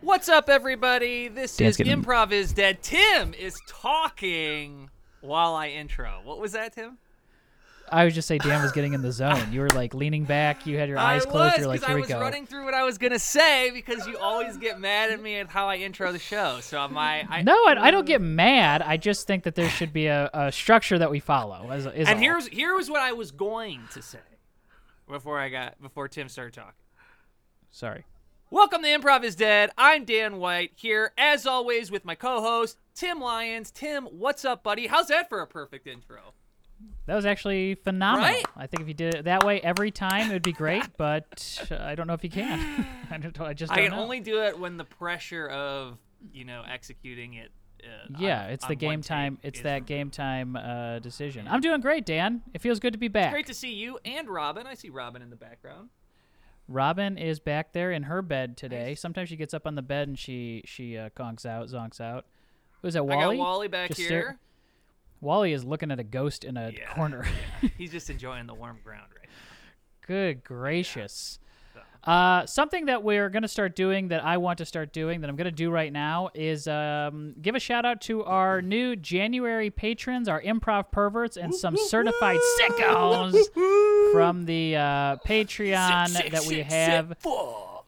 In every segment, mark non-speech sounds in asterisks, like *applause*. What's up, everybody? This Dan's is getting- Improv is Dead. Tim is talking while I intro. What was that, Tim? I would just say Dan was getting in the zone. You were like leaning back, you had your eyes I closed, was, you're like, 'cause here I we was go. running through what I was gonna say because you always get mad at me at how I intro the show. So am I? I No, I, I don't get mad. I just think that there should be a, a structure that we follow. Is, is and all. here's here was what I was going to say before I got before Tim started talking. sorry. Welcome to Improv is Dead. I'm Dan White here, as always, with my co-host Tim Lyons. Tim, what's up, buddy? How's that for a perfect intro? That was actually phenomenal. Right? I think if you did it that way every time, it would *laughs* be great. But I don't know if you can. *laughs* I, don't, I just I don't can know. only do it when the pressure of you know executing it. Uh, yeah, on- it's on the one game take time. It's is- that game time uh, decision. I'm doing great, Dan. It feels good to be back. Great to see you and Robin. I see Robin in the background. Robin is back there in her bed today. Sometimes she gets up on the bed and she she uh, conks out, zonks out. Who's that? Wally. I got Wally back Just here. stare- Wally is looking at a ghost in a Yeah. *laughs* *laughs* corner. He's just enjoying the warm ground right now. Good gracious. Uh, something that we're going to start doing that I want to start doing that I'm going to do right now is um, give a shout out to our new January patrons, our improv perverts, and some certified sickos from the uh, Patreon Sick, sick, that we sick, sick, have. fuck.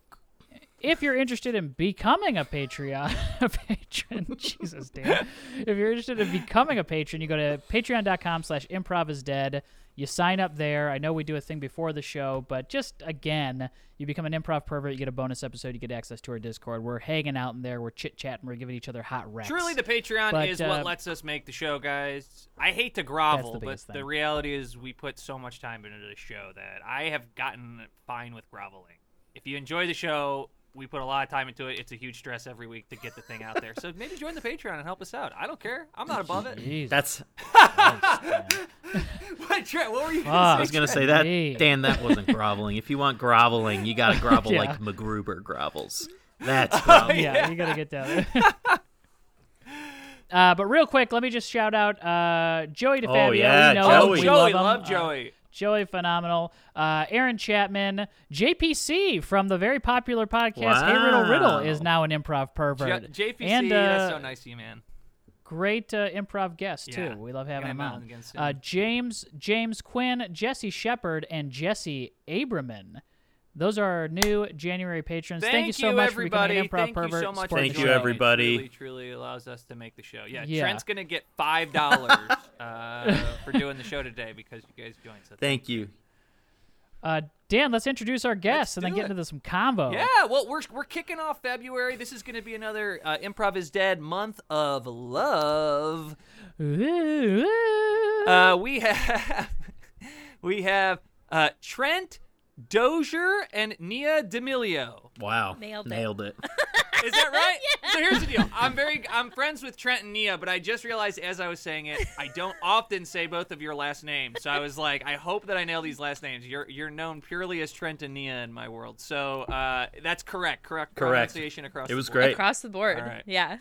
if you're interested in becoming a Patreon *laughs* a patron, *laughs* Jesus damn. If you're interested in becoming a patron, you go to patreon.com slash improv is dead. You sign up there. I know we do a thing before the show, but just again, you become an improv pervert, you get a bonus episode, you get access to our Discord. We're hanging out in there, we're chit chatting, we're giving each other hot wrecks. Truly, the Patreon But, is uh, what lets us make the show, guys. I hate to grovel, but biggest the thing. reality is we put so much time into the show that I have gotten fine with groveling. If you enjoy the show, we put a lot of time into it. It's a huge stress every week to get the thing out there. So maybe join the Patreon and help us out. I don't care. I'm not above *laughs* it. *laughs* Jeez. That's. what, Trent, what were you Fuck. I going to was say? gonna say that, Indeed. Dan. That wasn't groveling. If you want groveling, *laughs* you gotta grovel Yeah. Oh, like MacGruber grovels. *laughs* That's groveling. yeah, you gotta get down. *laughs* Uh, but real quick, let me just shout out uh, Joey DeFabio. yeah, we know him, Oh, Joey. we Joey, him. love Uh, Joey. Joey Phenomenal, uh, Aaron Chapman, JPC from the very popular podcast Hey Riddle Riddle Wow. is now an improv pervert. J- JPC, and, uh, that's so nice of you, man. Great uh, improv guest Yeah. too. We love having Gonna have him him on. on again soon. Uh, James James Quinn, Jesse Shepard, and Jesse Abraman. Those are our new January patrons. Thank, you so much everybody. for becoming Thank an improv pervert. you so much. support Thank the for you, show. joining. everybody. It truly, truly allows us to make the show. Yeah, Yeah. Trent's gonna get five dollars *laughs* uh, for doing the show today because you guys joined. So Thank you. Uh, Dan, let's introduce our guests and then do get it. into some combo. Yeah, well, we're we're kicking off February. This is gonna be another uh, Improv is Dead month of love. Ooh, ooh. Uh, we have *laughs* we have uh, Trent Dozier and Nia D'Amelio. Wow. Nailed it. Nailed *laughs* it. Is that *laughs* right? So here's the deal. I'm very I'm friends with Trent and Nia, but I just realized as I was saying it, I don't often say both of your last names. So I was like, I hope that I nail these last names. You're you're known purely as Trent and Nia in my world. So uh, that's correct. Correct. Correct. Pronunciation across. It was the board. great. across the board. All right. Yeah.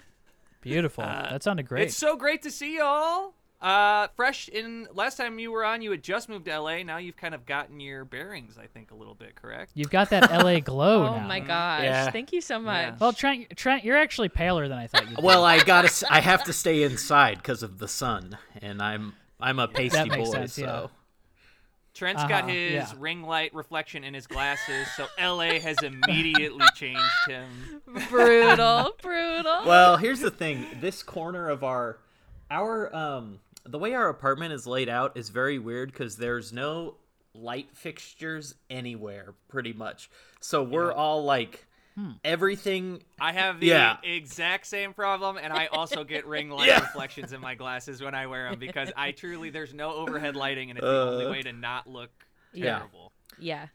Beautiful. that sounded great. It's so great to see y'all. Uh, fresh in last time you were on, you had just moved to LA. Now you've kind of gotten your bearings, I think, a little bit. Correct. You've got that *laughs* LA glow Oh now. my gosh. Yeah. Thank you so much. Yeah. Well, Trent, Trent, you're actually paler than I *laughs* thought you. Well, I gotta. s- I have to stay inside because of the sun, and I'm I'm a pasty That makes boy. sense, yeah. so Trent's got Uh-huh, his yeah. ring light reflection in his glasses, so LA has immediately changed him. Brutal. brutal. well, here's the thing. This corner of our our um the way our apartment is laid out is very weird because there's no light fixtures anywhere, pretty much. So we're all like Hmm. everything I have the Yeah. exact same problem, and I also *laughs* get ring light Yeah. reflections in my glasses when I wear them because I truly there's no overhead lighting, and it's the only Uh, way to not look yeah. terrible. Yeah.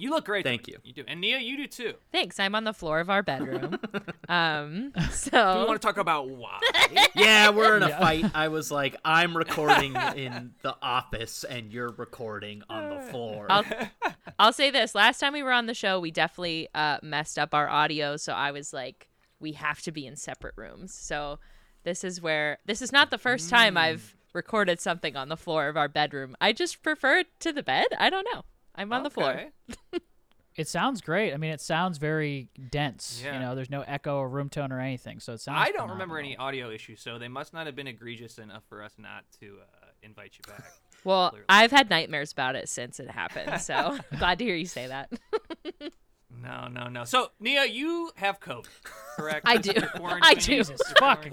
You look great. Thank though. you. You do, and Nia, you do too. Thanks. I'm on the floor of our bedroom. um. We So want to talk about *laughs* why. yeah, we're in a Yeah. fight. I was like, I'm recording in the office and you're recording on the floor. I'll, I'll say this: last time we were on the show, we definitely uh, messed up our audio. So I was like, we have to be in separate rooms. So this is where this is not the first time I've recorded something on the floor of our bedroom. I just prefer it to the bed. I don't know. I'm on the floor. Okay. It sounds great. I mean, it sounds very dense. Yeah. You know, there's no echo or room tone or anything, so it sounds. I don't remember any phenomenal. audio issues, so they must not have been egregious enough for us not to uh, invite you *laughs* back. Well, Clearly. I've had nightmares about it since it happened. *laughs* So glad to hear you say *laughs* that. no, no, no. So Nia, you have COVID, correct? I do. You're *laughs* I quarantined. *laughs* do. Jesus fucking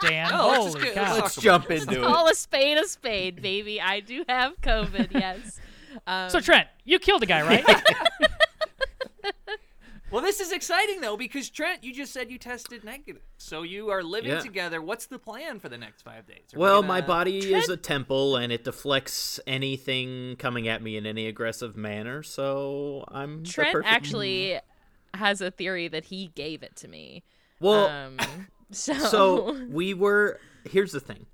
*laughs* Dan! No, let's just Holy get- cow! let's Let's jump into it. Call a spade a spade, baby. I do have *laughs* COVID. Yes. Um, So Trent, you killed a guy, *laughs* right? Well, this is exciting though because Trent, you just said you tested negative, so you are living Yeah. together. What's the plan for the next five days? Are we Well, gonna- my body is a temple and it deflects anything coming at me in any aggressive manner, so I'm the Trent perfect- actually has a theory that he gave it to me. Well, *coughs* um, so, *laughs* so we were here's the thing.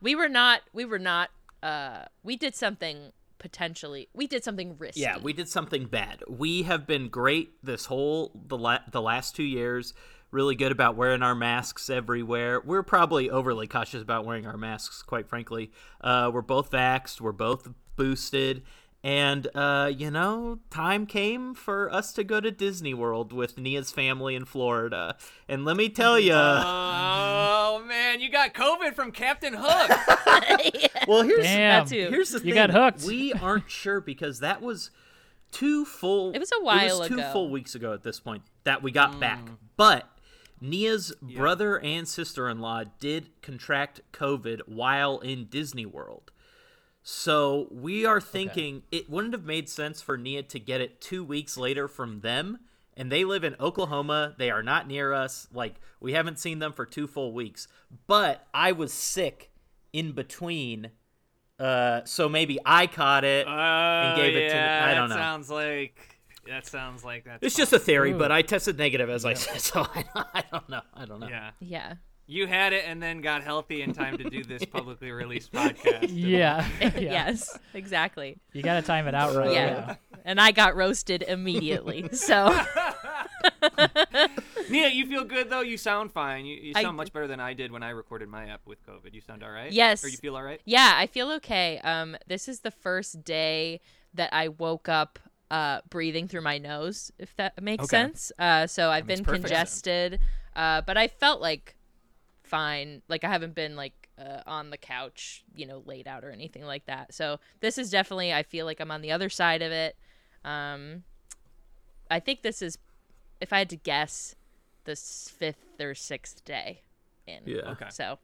we were not. We were not. Uh, we did something potentially. We did something risky. Yeah, *laughs* we did something bad. We have been great this whole the la- the last 2 years, really good about wearing our masks everywhere. We're probably overly cautious about wearing our masks, quite frankly. Uh, we're both vaxxed, we're both boosted, and uh, you know, time came for us to go to Disney World with Nia's family in Florida. And let me tell you, Oh man, you got COVID from Captain *laughs* Hook. *laughs* *laughs* well, here's Damn. That too. Here's the You thing. got hooked. *laughs* We aren't sure because that was two full. It was a while Two ago. Mm. full weeks ago at this point that we got back, but Nia's brother and sister-in-law did contract COVID while in Disney World. So we are thinking it wouldn't have made sense for Nia to get it two weeks later from them. And they live in Oklahoma. They are not near us. Like, we haven't seen them for two full weeks. But I was sick in between. Uh, so maybe I caught it. Uh, and gave it to me. I don't Oh, that know. Sounds like that sounds like that's it's just a theory, but I tested negative, as I said. *laughs* So I, I don't know. I don't know. fine. yeah. Yeah. You had it and then got healthy in time to do this publicly *laughs* released podcast. yeah. *laughs* *laughs* yeah. Yes. Exactly. You gotta time it out Oh, right. Yeah. Yeah. And I got roasted immediately. *laughs* So. Nia, you feel good though. You sound fine. You, you I- sound much better than I did when I recorded my app with COVID. You sound all right. Yes. Or you feel all right? Yeah, I feel okay. Um, this is the first day that I woke up uh, breathing through my nose, if that makes Okay. sense. Uh, so I've makes been perfect sense. congested, uh, but I felt like fine. Like I haven't been like uh, on the couch, you know, laid out or anything like that. So this is definitely. I feel like I'm on the other side of it. Um, I think this is, if I had to guess, the s- fifth or sixth day in. Yeah. Okay. So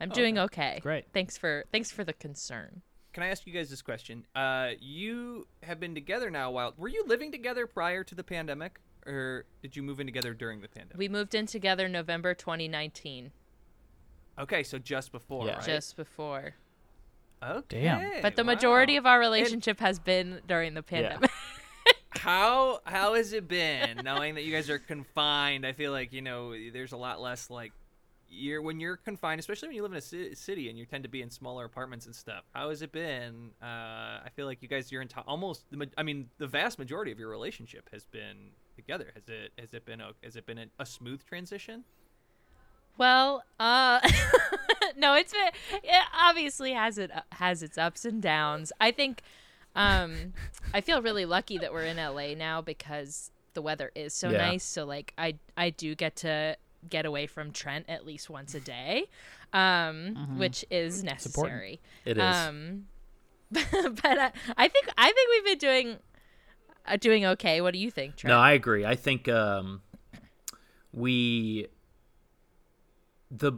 I'm doing okay. Great. Thanks for thanks for the concern. Can I ask you guys this question? Uh, you have been together now a while. Were you living together prior to the pandemic, or did you move in together during the pandemic? We moved in together November 2019, okay, so just before, Yeah. right? just before. okay. Damn. But the wow. majority of our relationship has been during the pandemic. *laughs* how how has it been knowing that you guys are confined? I feel like you know there's a lot less like you're when you're confined, especially when you live in a ci- city and you tend to be in smaller apartments and stuff. How has it been? Uh, I feel like you guys you're in to- almost. The, ma- I mean, the vast majority of your relationship has been together. Has it has it been a, has it been a, a smooth transition? Well, uh *laughs* no, it's been it obviously has it uh, has its ups and downs. I think um I feel really lucky that we're in LA now because the weather is so Yeah. nice. So like I I do get to get away from Trent at least once a day, um which is important. necessary. It is. Um *laughs* but I, I think I think we've been doing uh, doing okay. What do you think, Trent? No, I agree. I think um, we the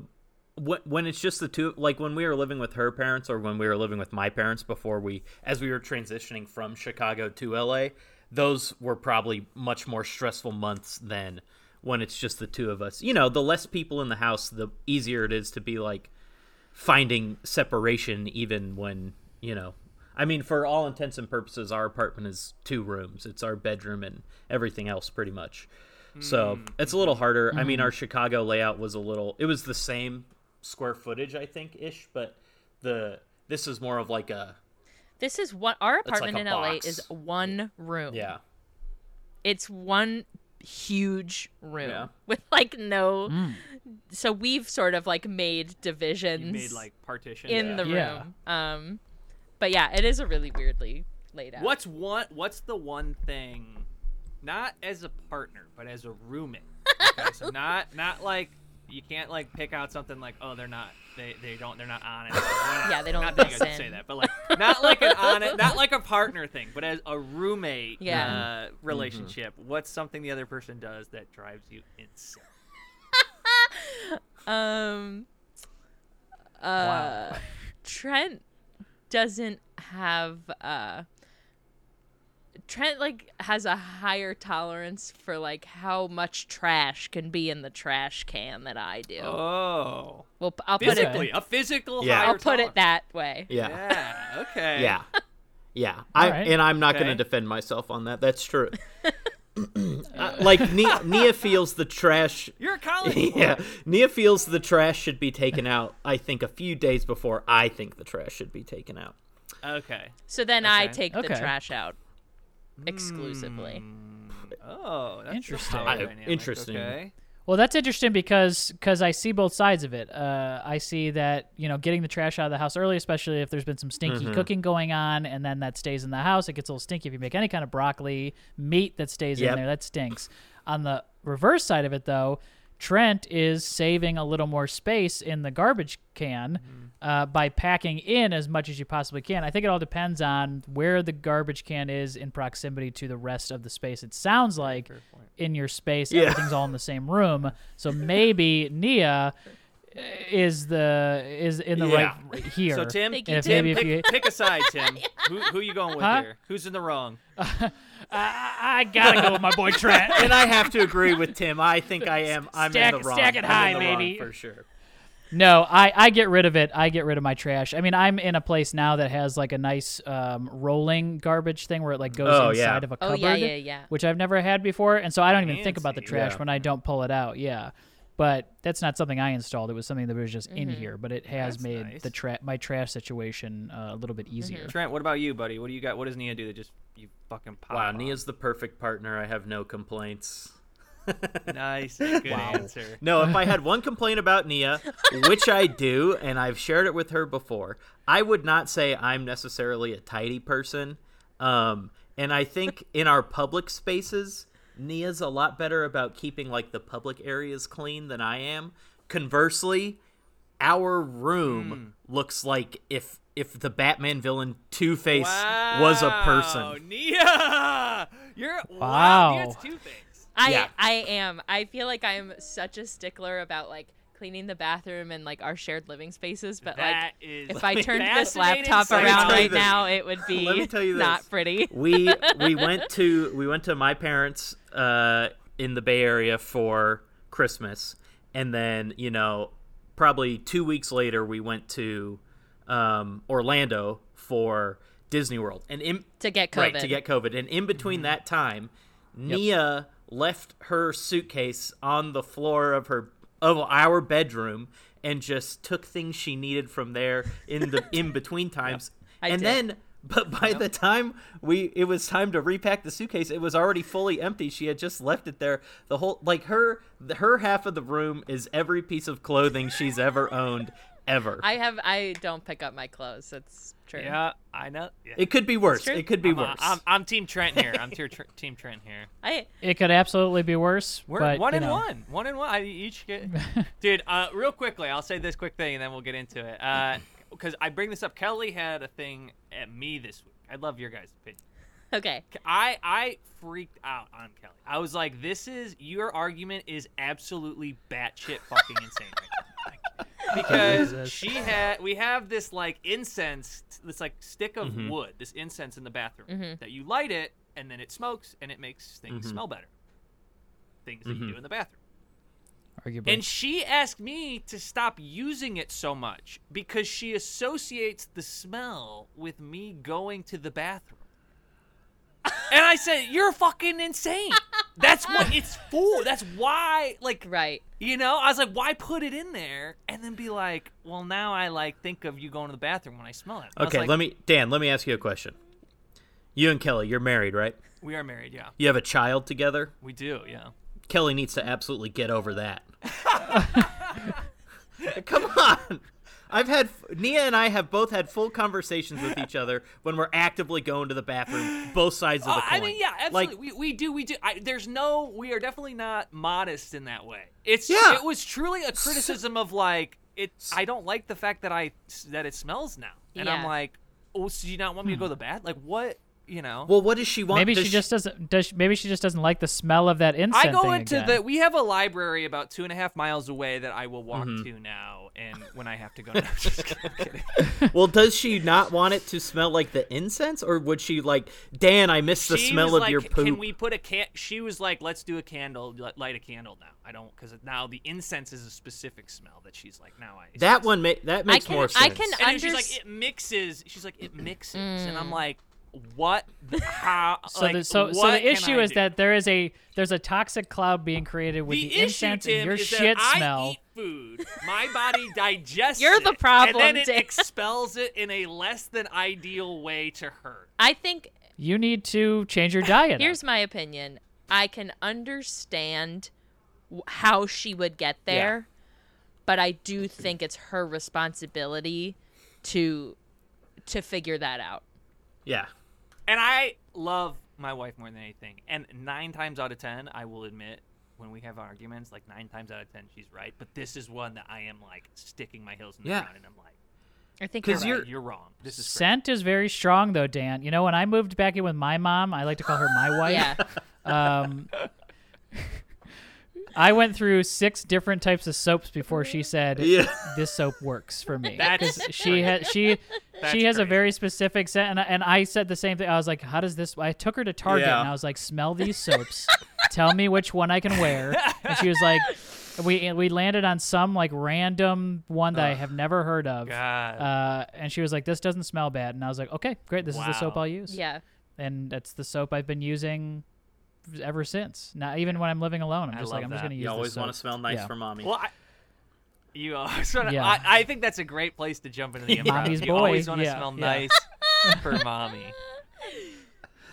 wh- when it's just the two like when we were living with her parents or when we were living with my parents before we as we were transitioning from Chicago to LA, those were probably much more stressful months than when it's just the two of us. You know, the less people in the house, the easier it is to be like finding separation even when you know i mean for all intents and purposes our apartment is two rooms it's our bedroom and everything else pretty much so Mm-hmm. it's a little harder i mean our chicago layout was a little it was the same square footage i think ish but the this is more of like a This is one our like apartment a in box. LA is one room. yeah it's one huge room Yeah. *laughs* Mm. with like no so we've sort of like made divisions You made like partition. in the Yeah. room um but yeah it is a really weirdly laid out What's one? What's the one thing not as a partner, but as a roommate. Okay, *laughs* so not not like you can't like pick out something like oh they're not they they don't they're not honest. *laughs* Yeah, they don't Not that you guys listen. say that, but like not like an honest, not like a partner thing, but as a roommate Yeah. Mm-hmm. uh, relationship. What's something the other person does that drives you insane? Um. Uh, Wow. *laughs* Trent doesn't have. Uh, Trent like has a higher tolerance for like how much trash can be in the trash can that I do. Oh, well, p- I'll put it. physically, a physical. Yeah. higher I'll put it tolerance. that way. Yeah. Yeah. Okay. Yeah. Yeah. I Alright. and I'm not going Okay. to defend myself on that. *laughs* That's true. *clears throat* Uh, like Nia, Nia feels the trash You're a college. boy. *laughs* yeah, Nia feels the trash should be taken out. I think a few days before I think the trash should be taken out. Okay. So then I Okay. Hmm. take the Okay. trash out exclusively. Oh, that's the Interesting. power I- dynamic, interesting. Okay. Well, that's interesting because because I see both sides of it. Uh, I see that you know getting the trash out of the house early, especially if there's been some stinky cooking going on, and then that stays in the house. It gets a little stinky if you make any kind of broccoli meat that stays in Yep. there. That stinks. On the reverse side of it, though, Trent is saving a little more space in the garbage can Mm-hmm. uh, by packing in as much as you possibly can. I think it all depends on where the garbage can is in proximity to the rest of the space. It sounds like in your space, everything's all in the same room. *laughs* So maybe Nia is the is in the Yeah. right here. So Tim, Thank you, Tim, And Tim. maybe if pick, *laughs* you- pick a side, *laughs* Tim. Who, who you going with Huh? here? Who's in the wrong? I, I gotta go with my *laughs* boy Trent. And I have to agree with Tim. I think I am. I'm Stack- in the wrong. stack it I'm in high, the wrong baby. for sure. No, I, I get rid of it. I get rid of my trash. I mean, I'm in a place now that has like a nice um, rolling garbage thing where it like goes Oh, yeah. inside of a Oh, cupboard, yeah, yeah, yeah. which I've never had before, and so I don't even think about the Fancy. trash Yeah. when I don't pull it out. Yeah, but that's not something I installed. It was something that was just in Mm-hmm. here, but it has That's made nice. the tra- my trash situation uh, a little bit easier. Mm-hmm. Trent, what about you, buddy? What do you got? What does Nia do that just you fucking pop? Wow, on? Nia's the perfect partner. I have no complaints. *laughs* *laughs* nice, good answer. *laughs* No, if I had one complaint about Nia, which I do, and I've shared it with her before, I would not say I'm necessarily a tidy person. Um, and I think in our public spaces, Nia's a lot better about keeping like the public areas clean than I am. Conversely, our room looks like if if the Batman villain Two Face was a Wow, person. Nia, you're wow. Wow. Nia's two things. I Yeah. I am. I feel like I'm such a stickler about like cleaning the bathroom and like our shared living spaces, but like That is. if I turned this fascinating laptop sight. around tell you right this. now, it would *laughs* be Let me tell you not this. *laughs* pretty. we we went to we went to my parents uh, in the Bay Area for Christmas, and then you know probably two weeks later we went to um, Orlando for Disney World, and in To get COVID. Mm-hmm. right to get COVID, and in between that time, Nia left her suitcase on the floor of her of our bedroom and just took things she needed from there in the in *laughs* between times, I and did. then then but by the time we it was time to repack the suitcase it was already fully empty she had just left it there the whole like her her half of the room is every piece of clothing she's ever owned ever I have. I don't pick up my clothes. That's true. Yeah, I know. Yeah. it could be worse true. it could be I'm, uh, worse I'm, I'm Team Trent here. I'm tier tr- *laughs* Team Trent here. I It could absolutely be worse. We're but, one you and know. one. One and one. I each *laughs* get. Dude, uh, real quickly, I'll say this quick thing and then we'll get into it. Because I bring this up. Kelly had a thing at me this week. I love your guys' opinion. okay. I I freaked out on Kelly. I was like, "This is your argument is absolutely batshit fucking insane." Right now. because she had we have this like incense, this like stick of wood, this incense in the bathroom that you light it and then it smokes and it makes things smell better. Things that you do in the bathroom. Arguably. And she asked me to stop using it so much because she associates the smell with me going to the bathroom. and I said, "You're fucking insane. That's what it's for. That's why like Right. you know, I was like, why put it in there and then be like, well, now I like think of you going to the bathroom when I smell it." okay let me dan let me ask you a question you and kelly you're married right We are married, yeah. you have a child together We do, yeah. *laughs* kelly *laughs* needs to absolutely get over that come on I've had Nia and I have both had full conversations with each other when we're actively going to the bathroom, both sides of the Oh, coin. I mean, yeah, absolutely. Like, we, we do, we do. I, there's no, we are definitely not modest in that way. It's Yeah. it was truly a criticism of like it. I don't like the fact that I that it smells now, and I'm Yeah. like, oh, so do you not want me to go to the bath? Like what? You know. Hmm. well, what does she want? Maybe Does she just doesn't. Does she- maybe she just doesn't like the smell of that incense. I go thing into again. the. We have a library about two and a half miles away that I will walk Mm-hmm. to now, and when I have to *laughs* *laughs* go, no, I'm just kidding. Well, does she not want it to smell like the incense, or would she like, Dan? I miss the She smell was of like, your poop. Can we put a can? She was like, let's do a candle, li- light a candle now. I don't because now the incense is a specific smell that she's like, now I. That one ma- that makes can- more I sense. can- And then she's like, unders- it mixes. She's like, it mixes, and I'm like, what? *laughs* How? Mm. So, like, the, so, so what the can issue I is do? that there is a there's a toxic cloud being created with the, the, issue, incense Tim, and your is shit that I smell. eat food. My *laughs* body digests. You're the it, problem, And then it Tim. expels it in a less than ideal way to her. I think You need to change your diet. up. Here's my opinion. I can understand w- how she would get there, but I do think it's her responsibility to to figure that out. yeah. And I love my wife more than anything. And nine times out of ten, I will admit, when we have arguments, like nine times out of ten, she's right. But this is one that I am like sticking my heels in the Yeah. ground, and I'm like, I think 'Cause you're, you're- right, you're wrong. This is crazy. Scent is very strong though, Dan. You know, when I moved back in with my mom, I like to call her *laughs* my wife. *laughs* Yeah. Um, *laughs* I went through six different types of soaps before she said Yeah. this soap works for me. That's 'Cause she has she That's she has a crazy. very specific scent, and I, and I said the same thing. I was like, "How does this?" I took her to Target, Yeah. and I was like, "Smell these soaps. Tell me which one I can wear." And she was like, "We we landed on some like random one that I have never heard of." God. Uh, and she was like, "This doesn't smell bad," and I was like, "Okay, great. This is the soap Wow. I'll use." yeah. and that's the soap I've been using ever since. Not even when I'm living alone. I'm I just like love I'm just that. gonna use. *laughs* You always this soap. want to smell nice Yeah. for mommy. well, I, you *laughs* always want to. Yeah. I, I think that's a great place to jump *laughs* into the improv. Mommy's you boy, always want to yeah, smell yeah. nice *laughs* for mommy.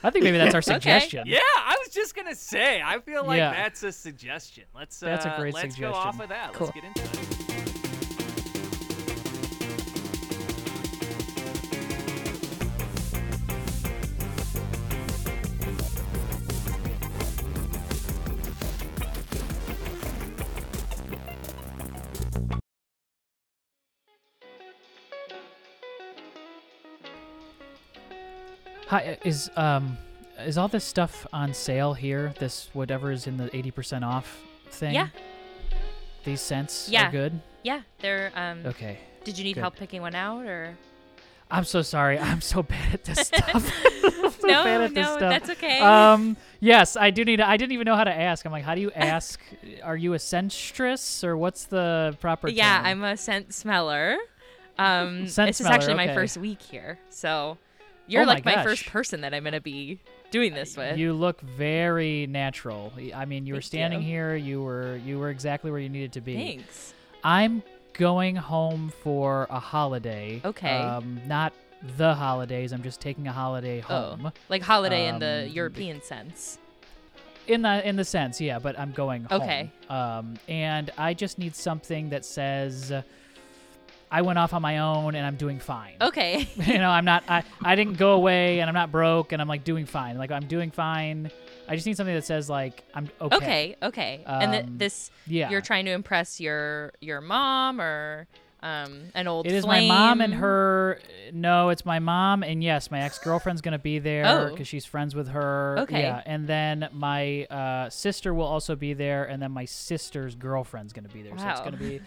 I think maybe that's our suggestion. Yeah, I was just gonna say. I feel like Yeah. that's a suggestion. Let's uh, That's a great let's go suggestion. off of that. Cool. Let's get into it. Hi, is um, is all this stuff on sale here? This whatever is in the eighty percent off thing. Yeah. These scents Yeah. are good. Yeah. They're um Okay. did you need good. help picking one out or I'm so sorry. *laughs* I'm so bad at *laughs* this stuff. *laughs* I'm so No, bad at this no, stuff. that's okay. Um, yes, I do need. To, I didn't even know how to ask. I'm like, how do *laughs* you ask? Are you a centress or what's the proper? Yeah, term? I'm a scent smeller. *laughs* Um Scent this smeller, is actually my okay. first week here. So you're Oh my like my first gosh. person that I'm going to be doing this with. You look very natural. I mean, you were Thank standing you. here. You were you were exactly where you needed to be. Thanks. I'm going home for a holiday. Okay. Um, not the holidays. I'm just taking a holiday home. Oh. Like holiday in the Um, European sense. In the in the sense, yeah. But I'm going home. Okay. Um, and I just need something that says. uh, I went off on my own and I'm doing fine. Okay. *laughs* you know, I'm not I, I didn't go away and I'm not broke and I'm like doing fine. Like I'm doing fine. I just need something that says like I'm okay. *laughs* Okay, okay. and th- Um, this Yeah. you're trying to impress your your mom or um an old It is my mom and flame? her. No, it's my mom and yes, my ex girlfriend's gonna be there Oh. because she's friends with her. Okay. Yeah, and then my uh, sister will also be there, and then my sister's girlfriend's gonna be there. So it's Wow. gonna be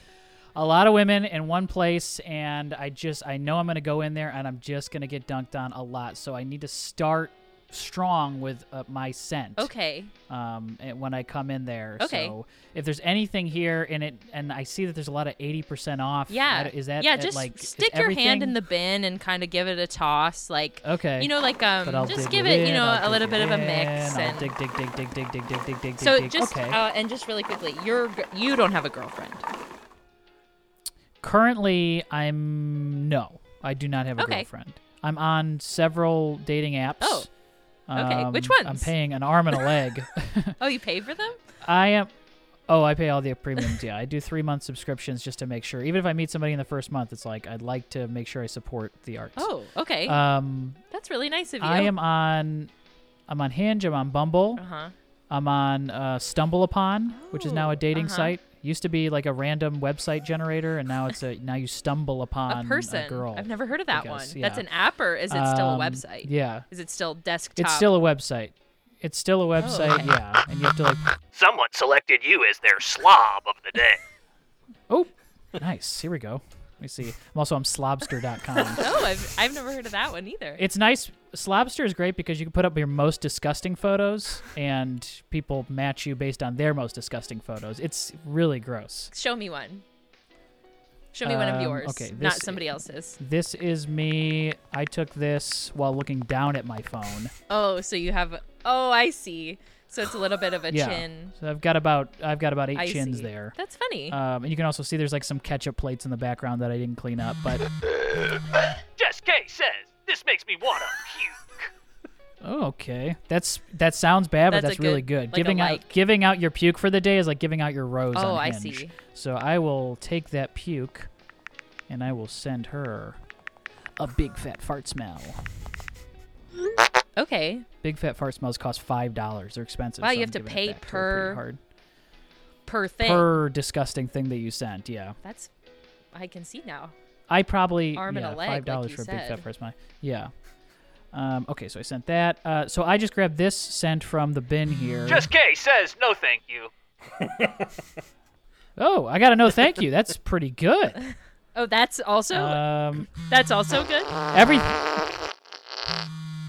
a lot of women in one place, and I just I know I'm gonna go in there, and I'm just gonna get dunked on a lot. So I need to start strong with uh, my scent Okay. um, and when I come in there. Okay. So if there's anything here and it, and I see that there's a lot of eighty percent off. Yeah. that- Is that Yeah, at, just like, is stick your hand in everything- the bin and kind of give it a toss like Okay. you know like But I'll um just dig give it, in, you know, I'll a little dig bit of a in, mix I'll and dig dig dig dig dig dig dig dig dig so dig. just okay. uh, and just really quickly, you're g- you don't have a girlfriend. Currently, I'm no, I do not have a Okay. girlfriend. I'm on several dating apps. Oh, okay. Which Um, I'm ones? paying an arm and a leg. *laughs* Oh, you pay for them? I am. Oh, I pay all the premiums. Yeah, I do three month subscriptions just to make sure. Even if I meet somebody in the first month, it's like I'd like to make sure I support the arts. Oh, okay. Um, That's really nice of you. I am on. I'm on Hinge. I'm on Bumble. Uh huh. I'm on uh, Stumble Upon, which is now Oh, a dating uh-huh. site. Used to be like a random website generator, and now it's a now you stumble upon *laughs* A person. girl. I've never heard of that I one. guess, That's yeah. an app, or is it still Um, a website? Yeah, Is it still desktop? it's still a website. It's still a website. okay. Yeah, and you have to like. Someone selected you as their slob of the day. *laughs* Oh, nice. Here we go. Let me see. I'm also on slobster.com. *laughs* Oh, I've, I've never heard of that one either. It's nice. Slobster is great because you can put up your most disgusting photos, and people match you based on their most disgusting photos. It's really gross. Show me one. Show me one of Um, yours, okay, not this- somebody else's. This is me. I took this while looking down at my phone. Oh, so you have. Oh, I see. So it's a little bit of a *sighs* yeah. chin. So I've got about I've got about eight I chins see. there. That's funny. Um, and you can also see there's like some ketchup plates in the background that I didn't clean up. *laughs* But Jess K says, This makes me wanna puke. oh, okay, that's that sounds bad, but That's a that's really good- good. like a giving out like. giving out your puke for the day is like giving out your rose. Oh, on I Hinge. see. So I will take that puke, and I will send her a big fat fart smell. Okay. Big fat fart smells cost five dollars. They're expensive. Wow, so you I'm have to giving it pay back to her pretty per hard. Per thing. per disgusting thing that you sent. Yeah, That's. I can see now. I probably Arm and yeah, a leg, five dollars like you for a big said. fat first mine. Yeah. Um, okay, so I sent that. Uh, so I just grabbed this sent from the bin here. Jess K says, No thank you. oh, I gotta know. Thank you. That's pretty *laughs* good. Oh, that's also Um, that's also good. every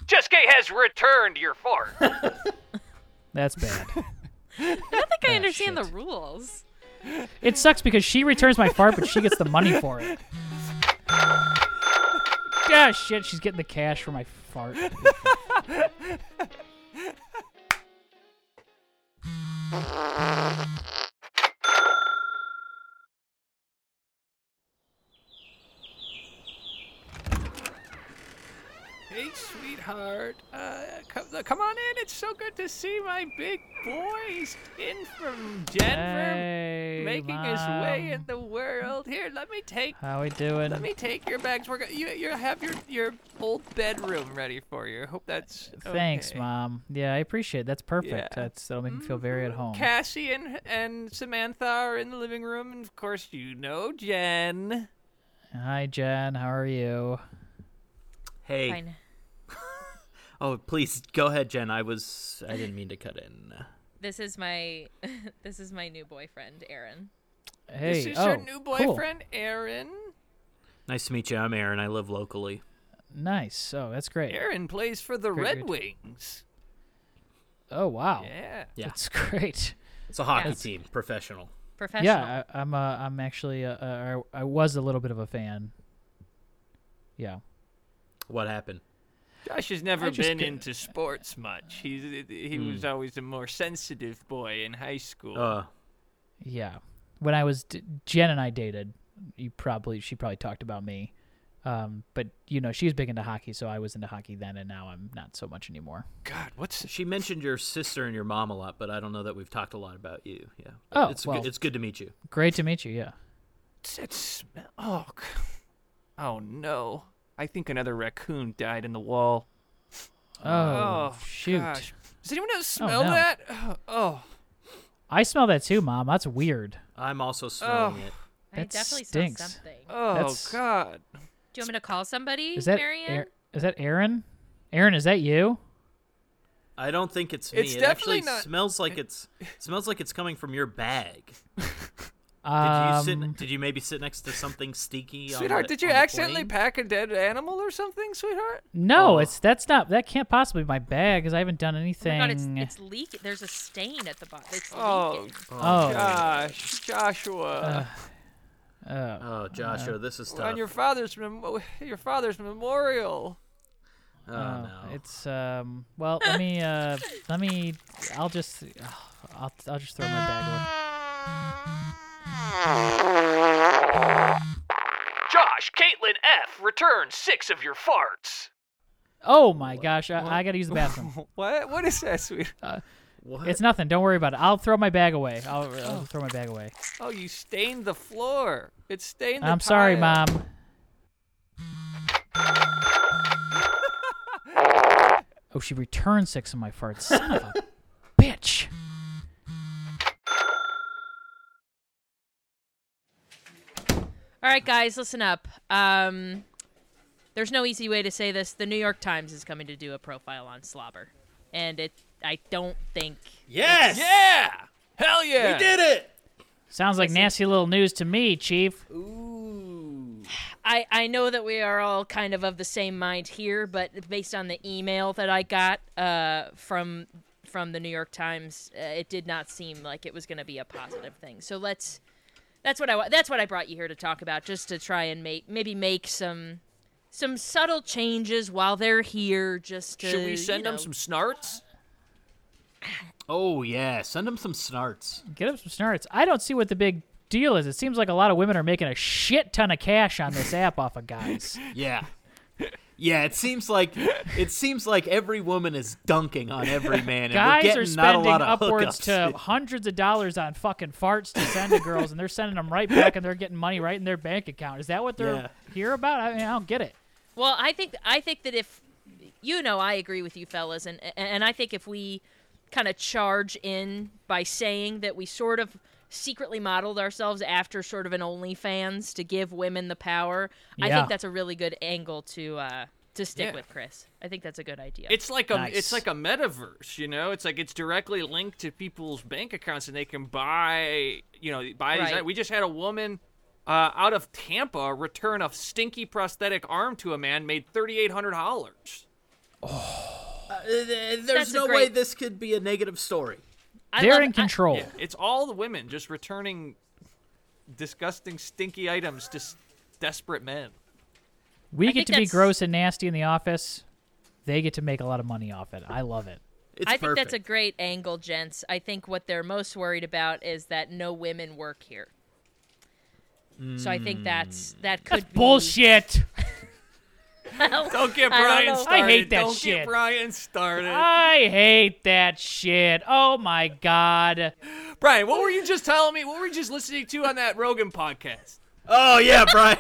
Jess K has returned your fart. that's bad. I think I Ah, understand the shit. rules. It sucks because she returns my fart, but she gets the money for it. Ah, shit, she's getting the cash for my fart. *laughs* Hey, sweetheart. Uh, come, come on in. It's so good to see my big boy. He's in from Denver, Hey, making his way in Mom. the world. Here, let me take. How we doing? Let me take your bags. We're gonna, you, you have your your old bedroom ready for you. Hope that's Thanks, okay. Mom. Yeah, I appreciate. it. That's perfect. Yeah. Mm, That's that'll make me feel very at home. Cassie and and Samantha are in the living room, and of course you know Jen. Hi, Jen. How are you? Hey. Fine. Oh, please go ahead, Jen. I was I didn't mean to cut in. This is my *laughs* this is my new boyfriend, Aaron. Hey. this is oh, your new cool. boyfriend, Aaron. Nice to meet you. I'm Aaron. I live locally. Nice. Oh, that's great. Aaron plays for the Great, Red great. Wings. Oh, wow. Yeah. Yeah. That's *laughs* great. It's a hockey Yeah. team, professional. Professional. Yeah, I, I'm. Uh, I'm actually. Uh, uh, I I was a little bit of a fan. Yeah. What happened? Josh has never I just been get- into sports much. He's he was always a more sensitive boy in high school. Hmm. Uh Yeah. When I was d- Jen and I dated, you probably she probably talked about me, um, but you know she was big into hockey, so I was into hockey then, and now I'm not so much anymore. God, what's the she mentioned your sister and your mom a lot, but I don't know that we've talked a lot about you. Yeah. Oh, it's well. good, it's good to meet you. Great to meet you. Yeah. what's that smell? Oh, c- oh no! I think another raccoon died in the wall. Oh, shoot. gosh. Does anyone else smell no. that? Oh, oh. I smell that too, Mom. That's weird. I'm also smelling Oh. it. I That definitely smell stinks. something. Oh That's- God! Do you want me to call somebody, Is that Marianne? Aar- is that Aaron? Aaron, is that you? I don't think it's me. It's it actually definitely not- smells *laughs* like it's smells like it's coming from your bag. Did Um, you sit? Did you maybe sit next to something stinky? on Sweetheart, the- did you on the accidentally plane? pack a dead animal or something, sweetheart? no, Oh. it's that's not that can't possibly be my bag because I haven't done Oh my anything. god, it's, it's leaking. There's a stain at the bottom. It's Oh, leaking. oh, gosh, Joshua! uh, Oh, Joshua, this is tough. on your father's mem- your father's memorial. oh uh, no, it's um. Well, let me uh, let me. I'll just I'll I'll just throw my bag Josh, Caitlin F returns six of your farts. away. Oh my gosh, I, I gotta use the bathroom. *laughs* What? What is that, sweetheart? What? It's nothing. Don't worry about it. I'll throw my bag away. I'll, I'll throw my bag away. Oh, you stained the floor. It stained the I'm sorry, tile. mom. *laughs* oh, she returned six of my farts. Son of *laughs* a bitch. All right, guys, listen up. Um, there's no easy way to say this. The New York Times is coming to do a profile on slobber, and it. I don't think. yes. Yeah! Hell yeah! We did it. Sounds like nasty little news to me, Chief. Ooh. I I know that we are all kind of of the same mind here, but based on the email that I got uh, from from the New York Times, uh, it did not seem like it was going to be a positive thing. So let's. That's what I. wa- That's what I brought you here to talk about, just to try and make maybe make some. Some subtle changes while they're here, just to Should we you send them know, some snarts? Oh yeah. Send him some snarts. Get up some snarts. I don't see what the big deal is. It seems like a lot of women are making a shit ton of cash on this app off of *laughs* guys. Yeah. Yeah, it seems like it seems like every woman is dunking *laughs* on every man, and we're guys getting are not a spending lot of upwards hookups. to *laughs* hundreds of dollars on fucking farts to send to girls, and they're sending them right back, and they're getting money right in their bank account. Is that what they're here about? I mean, I don't get it. Well, I think I think that if you know, I agree with you, fellas, and and I think if we kind of charge in by saying that we sort of secretly modeled ourselves after sort of an OnlyFans to give women the power, I Yeah. think that's a really good angle to uh, to stick Yeah. with, Chris. I think that's a good idea. It's like a Nice. it's like a metaverse, you know. It's like it's directly linked to people's bank accounts, and they can buy, you know, buy these. Right. We just had a woman uh, out of Tampa return a stinky prosthetic arm to a man, made thirty eight hundred dollars. There's That's a no way great- this could be a negative story. I They're love- in I- control. Yeah, it's all the women just returning disgusting, stinky items to s- desperate men. We I get think to be that's- gross and nasty in the office. They get to make a lot of money off it. I love it. Mm. It's I think perfect. that's a great angle, gents. I think what they're most worried about is that no women work here. So I think that's that could be Mm. *laughs* Bullshit. Don't get I Brian don't know. Ah. I started. hate that Don't shit. get Brian started. I hate that shit. Oh my god. Brian, what were you just telling me? What were you just listening to on that Rogan podcast? Oh *laughs* yeah, Brian.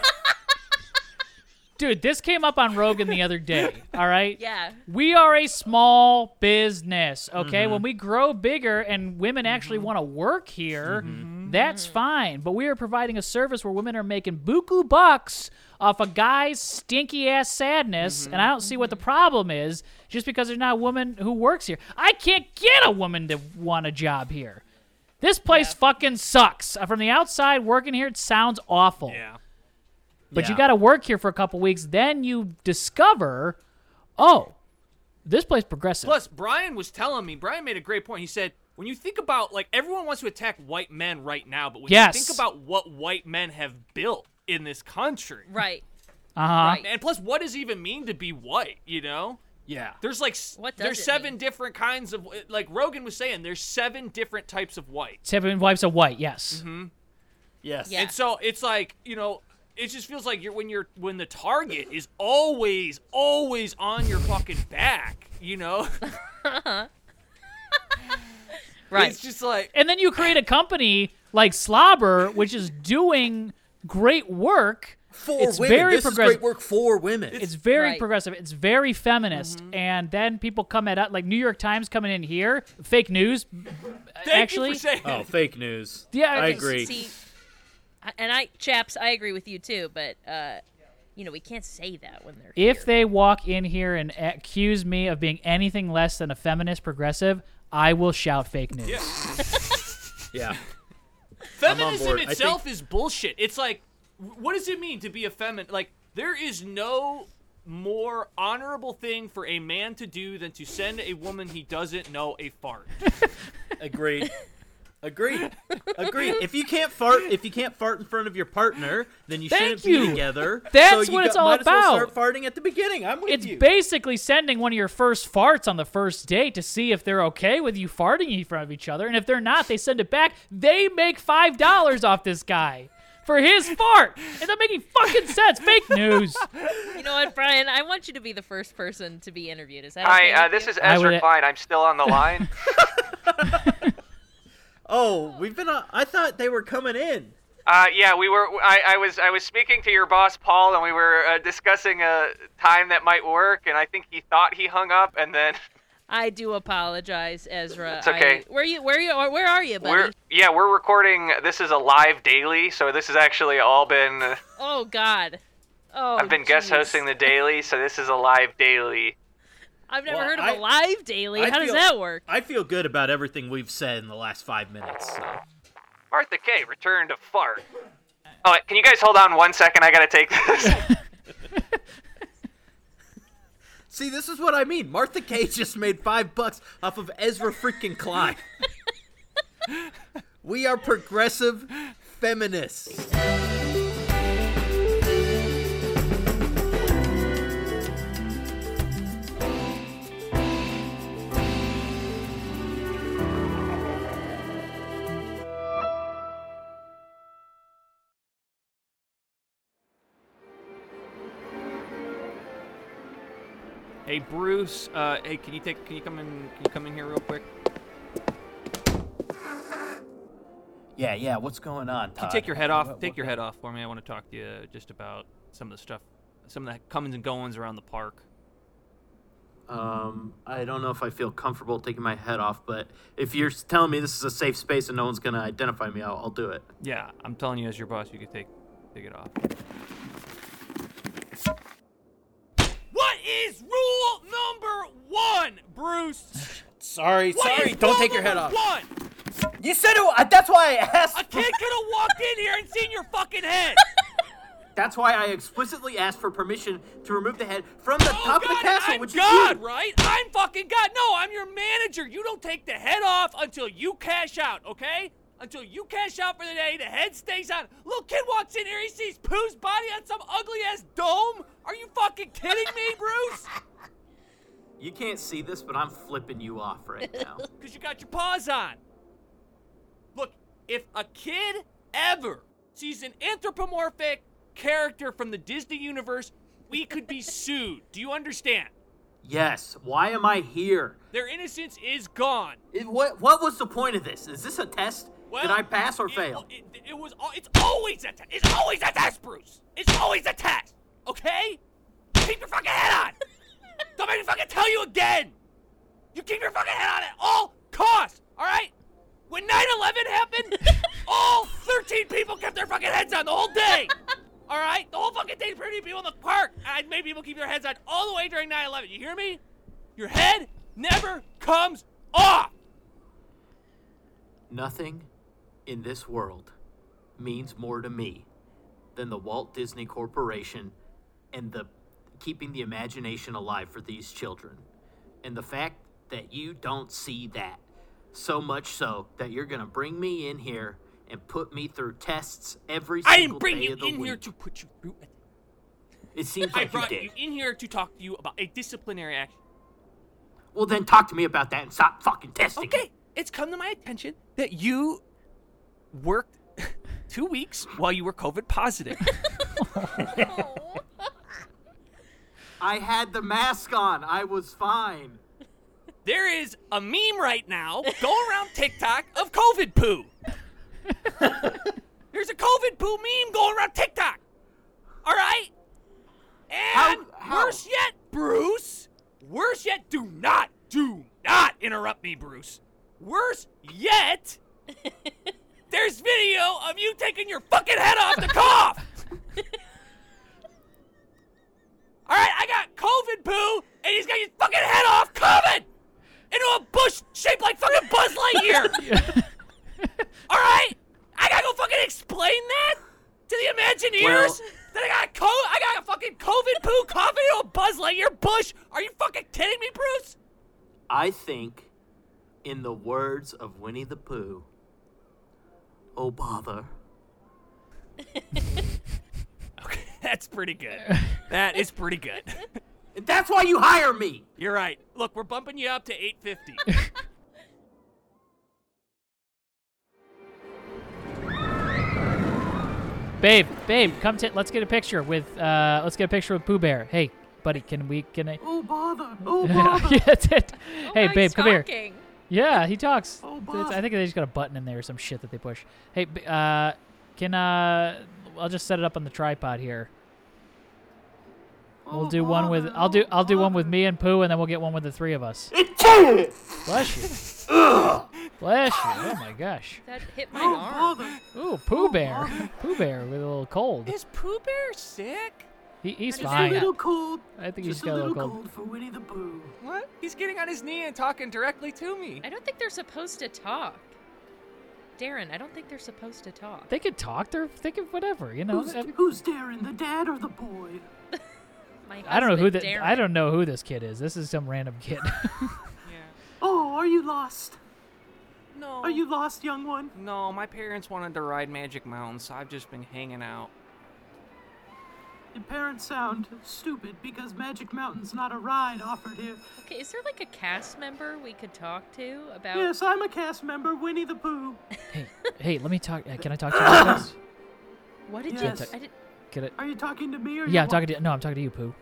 Dude, this came up on Rogan the other day. All right? *laughs* Yeah. We are a small business, okay? When we grow bigger and women actually want to work here, that's fine. But we are providing a service where women are making buku bucks off a guy's stinky ass sadness, and I don't see what the problem is just because there's not a woman who works here. I can't get a woman to want a job here. This place fucking sucks. Uh, From the outside, working here, it sounds awful. But you Yeah. got to work here for a couple weeks. Then you discover, oh, this place progressive. Plus, Brian was telling me, Brian made a great point. He said, when you think about, like, everyone wants to attack white men right now, but when Yes. you think about what white men have built in this country, right. uh-huh. Right. and plus, what does it even mean to be white, you know? yeah. There's like s- What does there's it seven mean? different kinds of eh, like Rogan was saying there's seven different types of white. Seven wives of white. Yes. Yes. Yeah. And so it's like, you know, it just feels like you're when you're when the target is always, always on your fucking back, you know? *laughs* Right. It's just like And then you create a company like Slobber, which is doing great work. For It's women. very this is progressive. great work for women. *laughs* It's very Right. progressive. It's very feminist. And then people come at us, like New York Times coming in here, fake news. thank actually- you for saying oh, fake news. Yeah, I it's- agree. See, I- and I, chaps, I agree with you too, but, uh, you know, we can't say that when they're If here. they walk in here and accuse me of being anything less than a feminist progressive, I will shout fake news. *laughs* Yeah. feminism board. I itself is bullshit. It's like wh- what does it mean to be a feminist? Like there is no more honorable thing for a man to do than to send a woman he doesn't know a fart. Agreed. Agreed. *laughs* Agreed. If you can't fart, if you can't fart in front of your partner, then you Thank shouldn't you. be together. That's so you what got- it's all might As well about. start farting at the beginning. I'm with It's you. basically sending one of your first farts on the first date to see if they're okay with you farting in front of each other. And if they're not, they send it back. They make $5 off this guy. for his fart. It doesn't make any fucking sense. Fake *laughs* news. You know what, Brian? I want you to be the first person to be interviewed. Is that Hi, okay uh, with this you? is I Ezra would- Klein. I'm still on the line. Oh, we've been. On, I thought they were coming in. Uh, yeah, we were. I, I was. I was speaking to your boss, Paul, and we were uh, discussing a time that might work. And I think he thought he hung up, and then I do apologize, Ezra. It's okay. I, where you? Where you? Where are you, buddy? we're. Yeah, we're recording. This is a live daily, so this has actually all been. uh, Oh God. Oh. I've been guest jeez. hosting the daily, so this is a live daily. I've never Well, heard of I- a live daily. I How does feel- that work? I feel good about everything we've said in the last five minutes. So. Martha K. Return to fart. Oh, wait, can you guys hold on one second? I gotta take this. See, this is what I mean. Martha Kay *laughs* just made five bucks off of Ezra freaking *laughs* Klein. we are progressive feminists. hey, Bruce. Uh, hey, can you take? Can you come in? Can you come in here real quick? Yeah, yeah. What's going on? Can you take your head off? Take your head off for me. I want to talk to you just about some of the stuff, some of the comings and goings around the park. Um, I don't know if I feel comfortable taking my head off, but if you're telling me this is a safe space and no one's gonna identify me, I'll, I'll do it. Yeah, I'm telling you, as your boss, you can take take it off. What is rule number one, Bruce? Sorry, sorry. Don't take your head off. One, You said it. uh, That's why I asked. kid could have walked in here and seen your fucking head. That's why I explicitly asked for permission to remove the head from Oh, the top of the castle, which is you. right? I'm fucking God. No, I'm your manager. You don't take the head off until you cash out, okay? Until you cash out for the day, the head stays on. Little kid walks in here, he sees Pooh's body on some ugly ass dome. Are you fucking kidding me, *laughs* Bruce? You can't see this, but I'm flipping you off right now. Because you got your paws on. Look, if a kid ever sees an anthropomorphic character from the Disney universe, we could be sued. Do you understand? yes. Why am I here? Their innocence is gone. It- what What was the point of this? Is this a test? Did I pass or it- fail? It, it was. al- It's always a test. It's always a test, Bruce. It's always a test. Okay? Keep your fucking head on. Don't make me fucking tell you again. You keep your fucking head on at all costs. All right? When 9/11 happened, all 13 people kept their fucking heads on the whole day. All right? The whole fucking day, pretty people in the park. I made people keep their heads on all the way during 9/11. You hear me? Your head never comes off. Nothing in this world means more to me than the Walt Disney Corporation and the keeping the imagination alive for these children. And the fact that you don't see that so much so that you're going to bring me in here and put me through tests every I didn't single bring day you of the in week. here to put you through a It seems *laughs* I like you brought did. you in here to talk to you about a disciplinary action. Well, then talk to me about that and stop fucking testing. me. Okay, it's come to my attention that you worked *laughs* two weeks while you were COVID positive. I had the mask on. I was fine. there is a meme right now going around TikTok of COVID *laughs* poo. There's a COVID poo meme going around TikTok. All right? And How- how? worse yet, Bruce, worse yet, do not, do not interrupt me, Bruce. Worse *laughs* yet, there's video of you taking your fucking head off to cough. All right, I got COVID poo, and he's got his fucking head off COVID into a bush shaped like fucking Buzz *laughs* Lightyear. All right, I gotta go fucking explain that to the Imagineers. Well- that I got co- I got a fucking COVID poo coughing into a Buzz Lightyear bush. Are you fucking kidding me, Bruce? I think, in the words of Winnie the Pooh, oh bother. Okay, *laughs* that's pretty good. That is pretty *laughs* good. And that's why you hire me! You're right. Look, we're bumping you up to *laughs* 850. babe, babe, come t- let's get a picture with uh let's get a picture with Pooh Bear. Hey, buddy, can we can I *laughs* Oh bother! *laughs* Oh yeah, bother! that's it. hey, now babe, he's come here. talking. Yeah, he talks. Oh, It's- I Bob. think they just got a button in there or some shit that they push. Hey, b- uh, can uh, I'll just set it up on the tripod here. Oh, We'll do one with I'll do I'll do one with me and Pooh, and then we'll get one with the three of us. Bless you. Bless you. Oh my gosh. That hit my arm. Ooh, Oh, Pooh Bear. Pooh Bear with a little cold. Is Pooh Bear sick? He, he's Just a fine. little cold. I think he's got a little cold. for Winnie the Pooh. What? He's getting on his knee and talking directly to me. I don't think they're supposed to talk. Darren, I don't think they're supposed to talk. They could talk. They're they could whatever. You know. Every- who's Darren, the dad or the boy? My I don't know who husband, that. I Darren. don't know who this kid is. This is some random kid. *laughs* Oh, are you lost? No. lost, young one? No, my parents wanted to ride Magic Mountain, so I've just been hanging out. Your parents sound stupid because Magic Mountain's not a ride offered here. Okay, is there like a cast member we could talk to about? Yes, I'm a cast member, Winnie the Pooh. hey, hey, let me talk. Uh, can I *coughs* talk to you? about this? What did Yes. you? I did, Can I? Are you talking to me or Yeah, I'm talking to no, I'm talking to you, Pooh.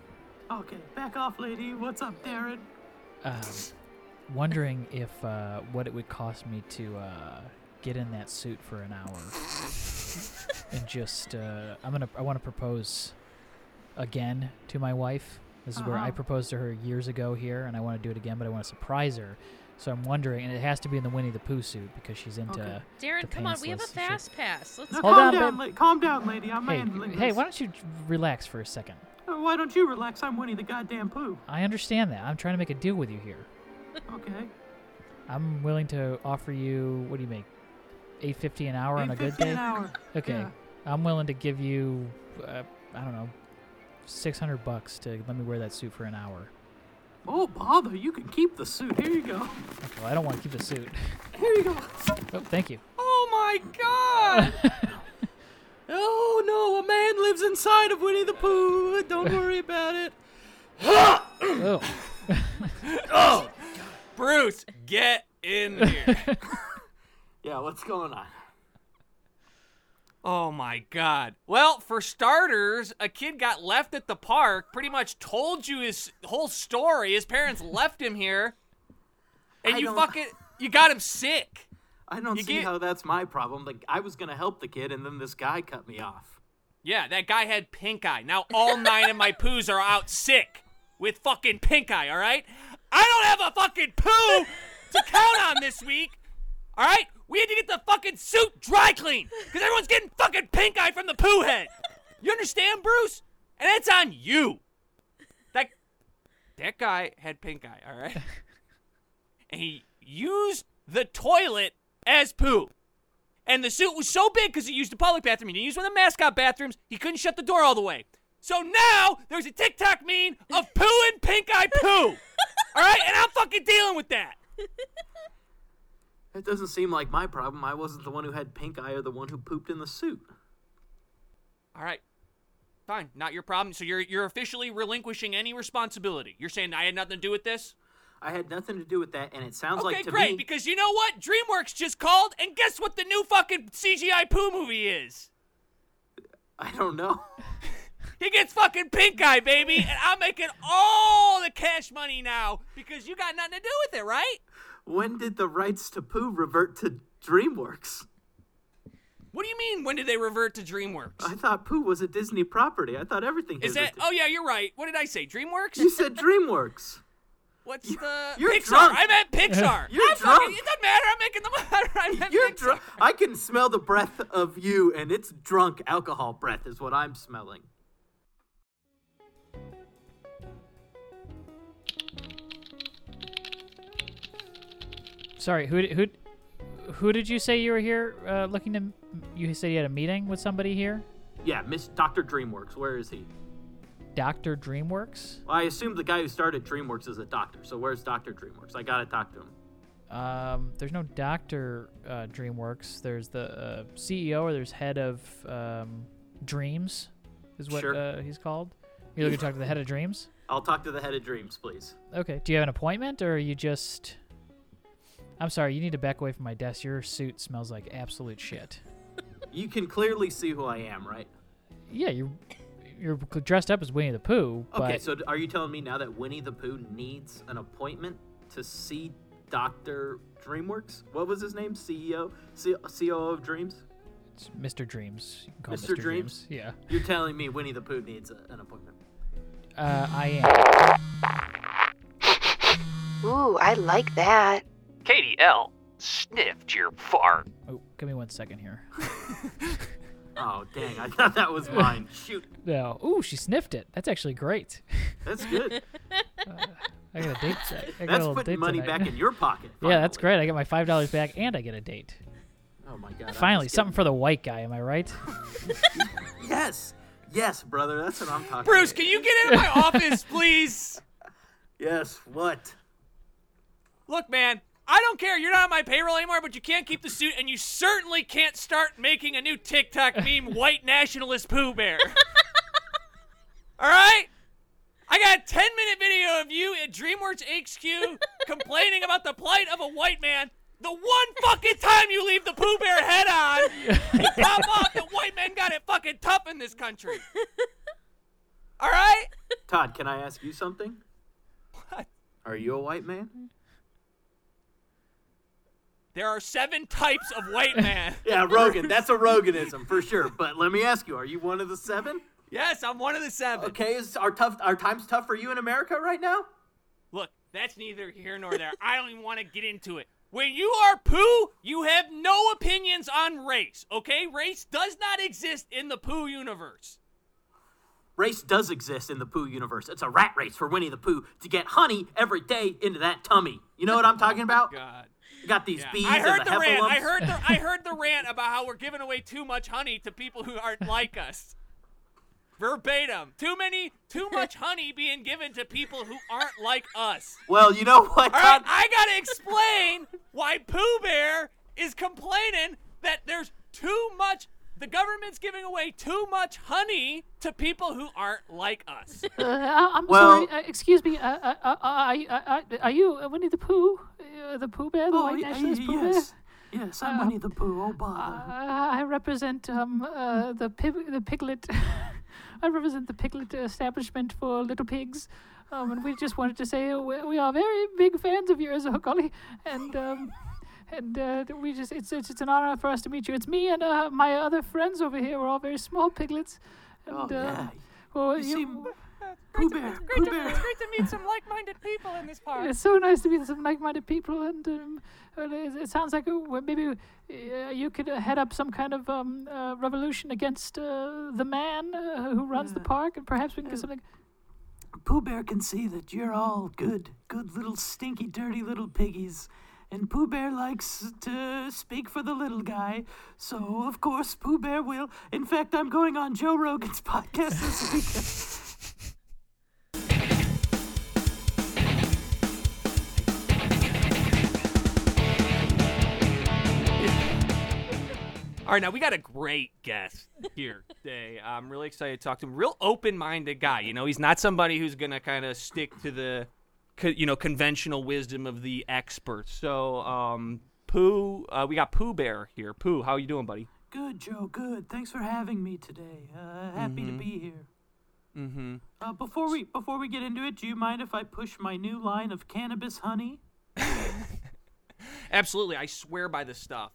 to. Okay, back off, lady. What's up, Darren? Um, wondering if uh, what it would cost me to uh, get in that suit for an hour, and just uh, I'm gonna I want to propose again to my wife. This is where I Uh-huh. proposed to her years ago here, and I want to do it again, but I want to surprise her. So I'm wondering, and it has to be in the Winnie the Pooh suit because she's into. Okay. Darren, the come on, we have a pantsless shit. fast pass. Let's. Now Hold calm on, down, babe. la- calm down, lady. I'm Hey, handling hey, this. why don't you relax for a second? Uh, Why don't you relax? I'm Winnie the goddamn Pooh. I understand that. I'm trying to make a deal with you here. Okay. I'm willing to offer you what do you make? Eight fifty an hour on a good 8.50 day. An hour. Okay, Yeah. I'm willing to give you, uh, I don't know, six hundred bucks to let me wear that suit for an hour. Oh bother! You can keep the suit. Here you go. Okay, well, I don't want to keep the *laughs* suit. Here you go. oh, thank you. Oh my god! Oh no! A man lives inside of Winnie the Pooh. *laughs* Don't worry about it. Oh, Bruce, get in here. Yeah, what's going on? *laughs* Oh my god. Well, for starters, a kid got left at the park, pretty much told you his whole story. His parents left him here. And I you don't- fucking you got him sick. I don't You see get- how that's my problem. Like I was gonna help the kid, and then this guy cut me off. Yeah, that guy had pink eye. Now all nine of my poos are out sick with fucking pink eye, all right? I don't have a fucking poo to count on this week, all right? We had to get the fucking suit dry cleaned because everyone's getting fucking pink eye from the poo head. You understand, Bruce? And that's on you. That, that guy had pink eye, all right? And he used the toilet as poo. And the suit was so big because he used the public bathroom. He didn't use one of the mascot bathrooms. He couldn't shut the door all the way. So now there's a TikTok meme of poo and pink eye *laughs* poo. all right, and I'm fucking dealing with that. It doesn't seem like my problem. I wasn't the one who had pink eye or the one who pooped in the suit. All right, fine, not your problem. So you're you're officially relinquishing any responsibility. You're saying I had nothing to do with this. I had nothing to do with that, and it sounds Okay, like to great. me. Because you know what? DreamWorks just called, and guess what? The new fucking CGI poo movie is. I don't know. *laughs* He gets fucking pink eye, baby, and I'm making all the cash money now because you got nothing to do with it, right? When did the rights to poo revert to DreamWorks? What do you mean? When did they revert to DreamWorks? I thought poo was a Disney property. I thought everything Is here that? Oh yeah, you're right. What did I say? DreamWorks? You said DreamWorks. *laughs* What's the you're Pixar? drunk. I meant Pixar. *laughs* You're I'm fucking- drunk. it doesn't matter. I'm making the money. *laughs* I meant You're Pixar. drunk. I can smell the breath of you, and it's drunk alcohol breath is what I'm smelling. sorry. Who di- who who did you say you were here uh, looking to? You said you had a meeting with somebody here. Yeah, Miss Doctor DreamWorks. Where is he? Doctor DreamWorks. Well, I assume the guy who started DreamWorks is a doctor. So where's Doctor DreamWorks? I gotta talk to him. Um, there's no Doctor uh, DreamWorks. There's the uh, CEO or there's head of um, Dreams, is what Sure. uh, he's called. You're looking to talk to the head of Dreams. I'll talk to the head of dreams, please. Okay. Do you have an appointment or are you just I'm sorry, you need to back away from my desk. Your suit smells like absolute shit. You can clearly see who I am, right? Yeah, you're you're dressed up as Winnie the Pooh, Okay, but so d- are you telling me now that Winnie the Pooh needs an appointment to see Dr. DreamWorks? What was his name? CEO? C- COO of Dreams? it's Mr. Dreams. You can call him Mr. Mr. Dreams? Dreams. Yeah, You're telling me Winnie the Pooh needs a, an appointment. uh, I am. Ooh, I like that. Katie L. sniffed your fart. Oh, give me one second *laughs* here. Oh, dang. I thought that was *laughs* mine. Shoot. No. Ooh, she sniffed it. That's actually great. *laughs* That's good. I got a date. I got a That's little putting date money tonight. back in your pocket. *laughs* Yeah, that's finally. great. I get my five dollars back and I get a date. Oh, my God. I'm Finally, just something for the white guy. Am I right? getting- Yes. Yes, brother. That's what I'm talking Bruce, about. can you get into my office, *laughs* please? Yes, what? Look, man, I don't care. You're not on my payroll anymore, but you can't keep the suit, and you certainly can't start making a new TikTok meme, white nationalist Pooh Bear. All right? I got a 10 minute video of you at DreamWorks HQ complaining about the plight of a white man. The one fucking time you leave the Pooh Bear head on, you pop off that white men got it fucking tough in this country. All right? Todd, can I ask you something? What? Are you a white man? There are seven types of white man. *laughs* Yeah, Rogan. That's a Roganism for sure. But let me ask you: Are you one of the seven? Yes, I'm one of the seven. Okay, is our tough our times tough for you in America right now? Look, that's neither here nor there. I don't even want to get into it. When you are poo, you have no opinions on race, okay? Race does not exist in the poo universe. Race does exist in the Pooh universe. It's a rat race for Winnie the Pooh to get honey every day into that tummy. You know what I'm talking about? *laughs* God. You got these bees I heard and the rant. I heffalumps. heard the I heard *laughs* the rant about how we're giving away too much honey to people who aren't like us. Verbatim. Too many too much honey being given to people who aren't like us. Well, you know what, All right, Todd? I gotta explain why Pooh Bear is complaining that there's too much. The government's giving away too much honey to people who aren't like *laughs* us. Uh, I- I'm Well- sorry. Uh, excuse me. Uh, uh, uh, I, I, I, are you uh, Winnie the Pooh? Uh, the Pooh Bear? The Oh, White y- Nationalist y- Pooh Bear? yes, yes, I'm Winnie the Pooh. Oh, bother. Uh, I represent um, uh, the, pig- the piglet. *laughs* I represent the piglet establishment for little pigs. Um, and we just wanted to say uh, we, we are very big fans of yours, uh, Golly. And. Um, And uh, we just—it's it's, it's an honor for us to meet you. It's me and uh, my other friends over here. We're all very small piglets. And, oh, uh, yeah. well, You you, seem Pooh Bear. Pooh Bear. great to meet some like-minded people in this park. It's so nice to meet some like-minded people, and um, well, it, it sounds like uh, well, maybe uh, you could uh, head up some kind of um, uh, revolution against uh, the man uh, who runs the park, and perhaps we can get something. Pooh Bear can see that you're all good, good little stinky, dirty little piggies. And Pooh Bear likes to speak for the little guy, so of course Pooh Bear will. In fact, I'm going on Joe Rogan's *laughs* podcast this weekend. All right, now we got a great guest here today. I'm really excited to talk to him. Real open-minded guy. You know, he's not somebody who's gonna kind of stick to the, co- you know, conventional wisdom of the experts. So, um, Pooh, uh, we got Pooh Bear here. Pooh, how you doing, buddy? Good, Joe, good. Thanks for having me today. Uh, happy to be here. Mm-hmm. Uh, before we before we get into it, do you mind if I push my new line of cannabis honey? Absolutely, I swear by this stuff.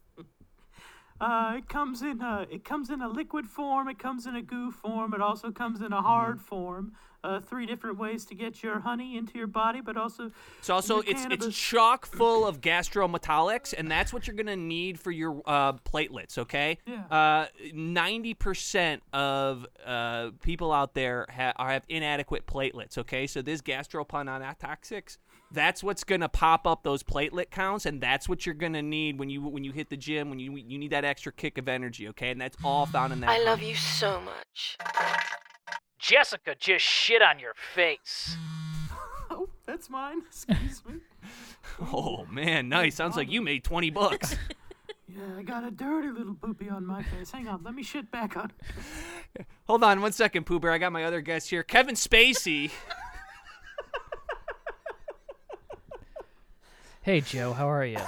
Uh, it comes in a it comes in a liquid form. It comes in a goo form. It also comes in a Mm-hmm. hard form. Uh, three different ways to get your honey into your body, but also It's also your it's cannabis. *laughs* it's chock full of gastrometabolics, and that's what you're gonna need for your uh, platelets. Okay. Yeah. Ninety percent of uh, people out there ha- are- have inadequate platelets. Okay, so this gastroponotoxics. That's what's gonna pop up those platelet counts, and that's what you're gonna need when you when you hit the gym. When you you need that extra kick of energy, okay? And that's all found in that. I love honey. you so much. Jessica just shit on your face. oh, that's mine. *laughs* Excuse *laughs* me. *laughs* Oh man, nice. Sounds like you made twenty bucks. Yeah, I got a dirty little poopy on my face. Hang on, let me shit back on. Hold on one second, Pooh Bear. I got my other guest here, Kevin Spacey. Hey, Joe, how are you?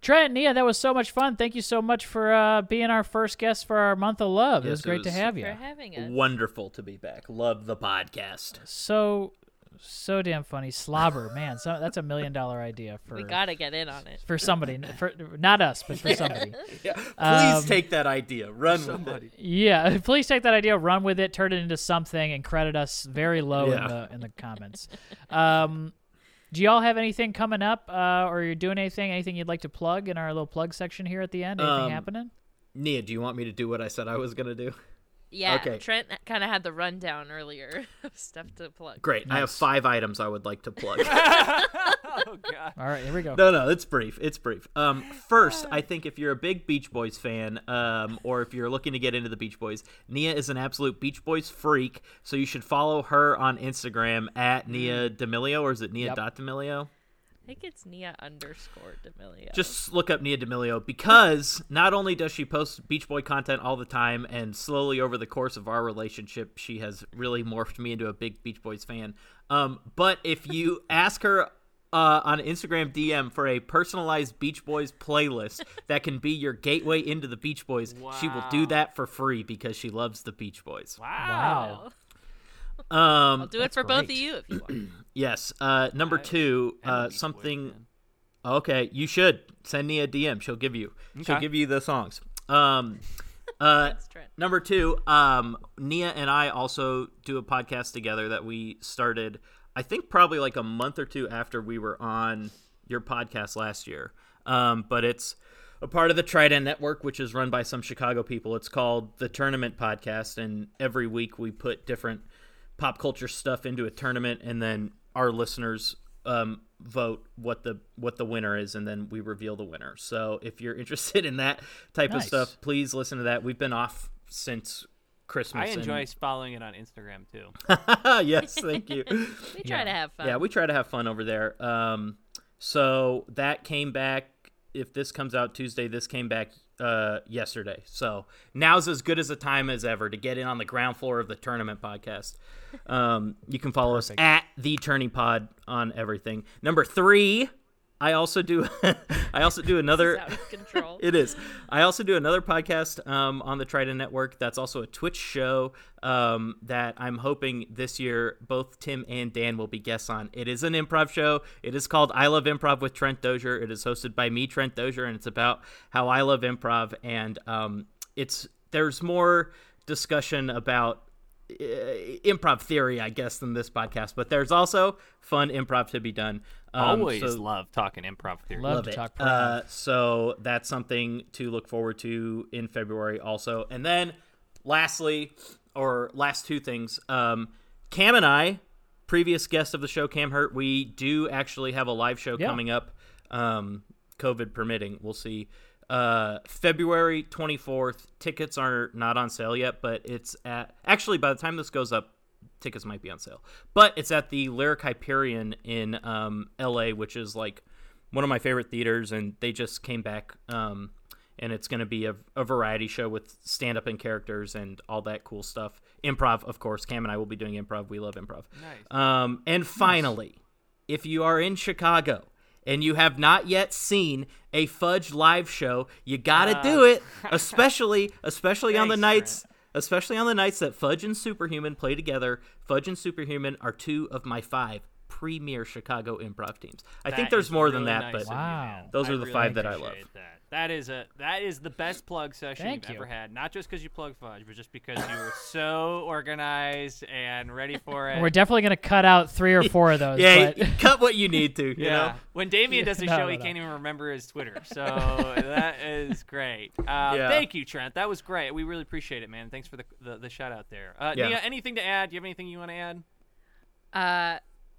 Trent, Nia, that was so much fun. Thank you so much for uh, being our first guest for our month of love. it Yes, was it great to was- have you. for having *laughs* us. Wonderful to be back. Love the podcast. So, so damn funny. Slobber, *laughs* man. So that's a million dollar idea for We gotta get in on it. for somebody, for not us, but for *laughs* somebody. Yeah. Please Um, take that idea. Run with it. Yeah, *laughs* please take that idea, run with it, turn it into something, and credit us very low Yeah. in the in the comments. um, do y'all have anything coming up, uh, or you're doing anything, anything you'd like to plug in our little plug section here at the end? Anything Um, happening? Nia, do you want me to do what I said I was gonna do? Yeah, Okay. Trent kind of had the rundown earlier *laughs* of stuff to plug. Great. I have five items I would like to plug. oh god. All right, here we go. No, no, it's brief. It's brief. Um, first, Uh. I think if you're a big Beach Boys fan, um, or if you're looking to get into the Beach Boys, Nia is an absolute Beach Boys freak. So you should follow her on Instagram at Nia Mm. D'Amelio, or is it Nia Yep. dot D'Amelio? I think it's Nia underscore D'Amelio. Just look up Nia D'Amelio because not only does she post Beach Boy content all the time, and slowly over the course of our relationship, she has really morphed me into a big Beach Boys fan. Um, but if you ask her uh, on Instagram DM for a personalized Beach Boys playlist that can be your gateway into the Beach Boys, she will do Wow. that for free because she loves the Beach Boys. Wow. Um, I'll do it for both of you if you want. yes. Uh, number two, I'm a uh, Beach Boys something. fan. Okay, you should send me a DM. She'll give you. She'll Okay. give you the songs. Um, *laughs* uh, *clears throat* That's Trent. number two, um, Nia and I also do a podcast together that we started. I think probably like a month or two after we were on your podcast last year. Um, but it's a part of the Trident Network, which is run by some Chicago people. It's called the Tournament Podcast, and every week we put different pop culture stuff into a tournament, and then our listeners um, vote what the what the winner is, and then we reveal the winner. So if you're *laughs* interested in that type Nice. of stuff, please listen to that. We've been off since *laughs* Christmas. I enjoy and- following it on Instagram too. Ah, yes, thank you. We try to have fun. yeah, we try to have fun over there. Um, so that came back. If this comes out Tuesday, this came back uh, yesterday. So now's as good as a time as ever to get in on the ground floor of the tournament podcast. Um, you can follow us at the Tourney Pod on everything. Number three, I also do. *laughs* I also do another. *laughs* out of control. It is. I also do another podcast um, on the Trident Network. That's also a Twitch show um, that I'm hoping this year both Tim and Dan will be guests on. It is an improv show. It is called I Love Improv with Trent Dozier. It is hosted by me, Trent Dozier, and it's about how I love improv. And um, it's there's more discussion about uh, improv theory, I guess, than this podcast. But there's also fun improv to be done. Um, Always so- love talking improv theory. Love, Love to it. talk. Uh, Uh, so that's something to look forward to in February also. And then lastly, or last two things, um, Cam and I, previous guest of the show, Cam Hurt, we do actually have a live show Yeah. coming up, um, COVID permitting. We'll see. Uh, February 24th. Tickets are not on sale yet, but it's at, actually, by the time this goes up, tickets might be on sale. But it's at the Lyric Hyperion in um, LA, which is like one of my favorite theaters, and they just came back. Um, and it's going to be a, a variety show with stand up and characters and all that cool stuff. Improv, of course. Cam and I will be doing improv. We love improv. Nice. Um, and finally, if you are in Chicago and you have not yet seen a Fudge live show, you gotta do it, *laughs* especially especially on the Thanks, nights. Especially on the nights that Fudge and Superhuman play together, Fudge and Superhuman are two of my five premier Chicago improv teams. I That think there's is more than really that, nice but of you, Wow. man. those I are the really five that I appreciate love. That. that is a that is the best plug session Thank you've you. ever had. Not just because you plugged fudge, but just because you were so organized and ready for it. We're definitely gonna cut out three or four of those. *laughs* Yeah, but *laughs* you cut what you need to. You yeah. know, When Damien does a No, show, no, he no. can't even remember his Twitter. *laughs* So that is great. Uh, Thank you, Trent. That was great. We really appreciate it, man. Thanks for the the, the shout out there. Uh, Yeah. Nia, anything to add? Do you have anything you want to add? Uh,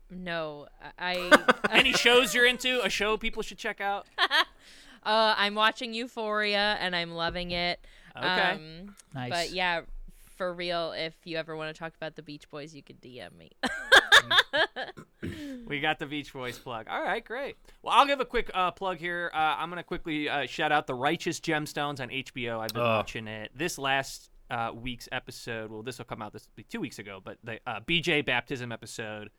no, *laughs* I. Any shows you're into? A show people should check out? *laughs* Uh, I'm watching Euphoria and I'm loving it. Uh, Okay. Um, nice. But yeah, for real, if you ever want to talk about the Beach Boys, you could DM me. We got the Beach Boys plug. All right, great. Well, I'll give a quick uh, plug here. Uh, I'm going to quickly uh, shout out The Righteous Gemstones on HBO. I've been Oh. watching it. This last uh, week's episode, well, this will come out this will be two weeks ago, but the uh, BJ Baptism episode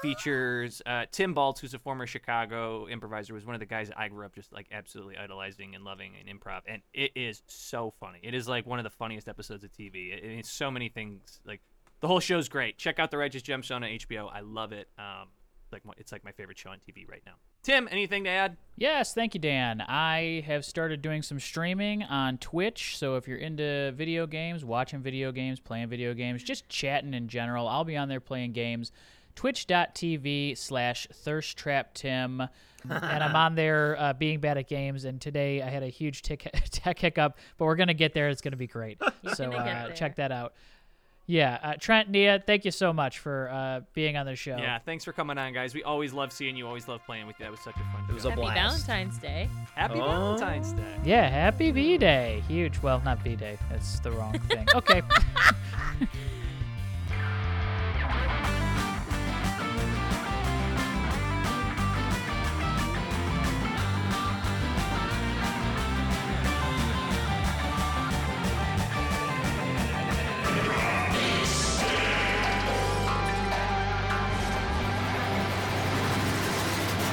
features uh, Tim Baltz, who's a former Chicago improviser, was one of the guys that I grew up just like absolutely idolizing and loving in improv, and it is so funny. It is like one of the funniest episodes of TV. It, it's so many things. Like the whole show's great. Check out The Righteous Gemstone on HBO. I love it. Um, like my- it's like my favorite show on TV right now. Tim, anything to add? Yes, thank you, Dan. I have started doing some streaming on Twitch. So if you're into video games, watching video games, playing video games, just chatting in general, I'll be on there playing games. Twitch.tv slash Thirst Trap Tim. and I'm on *laughs* there uh, being bad at games. And today I had a huge tick- *laughs* tech hiccup, but we're going to get there. It's going to be *laughs* great. so gonna get uh, there. check that out. Yeah. Uh, Trent, Nia, thank you so much for uh, being on the show. Yeah, thanks for coming on, guys. We always love seeing you. Always love playing with you. That was such a fun. It was show. a *laughs* Happy blast. Valentine's Day. Happy Oh. Valentine's Day. Yeah, happy V Day. Huge. Well, not V Day. That's the wrong thing. Okay.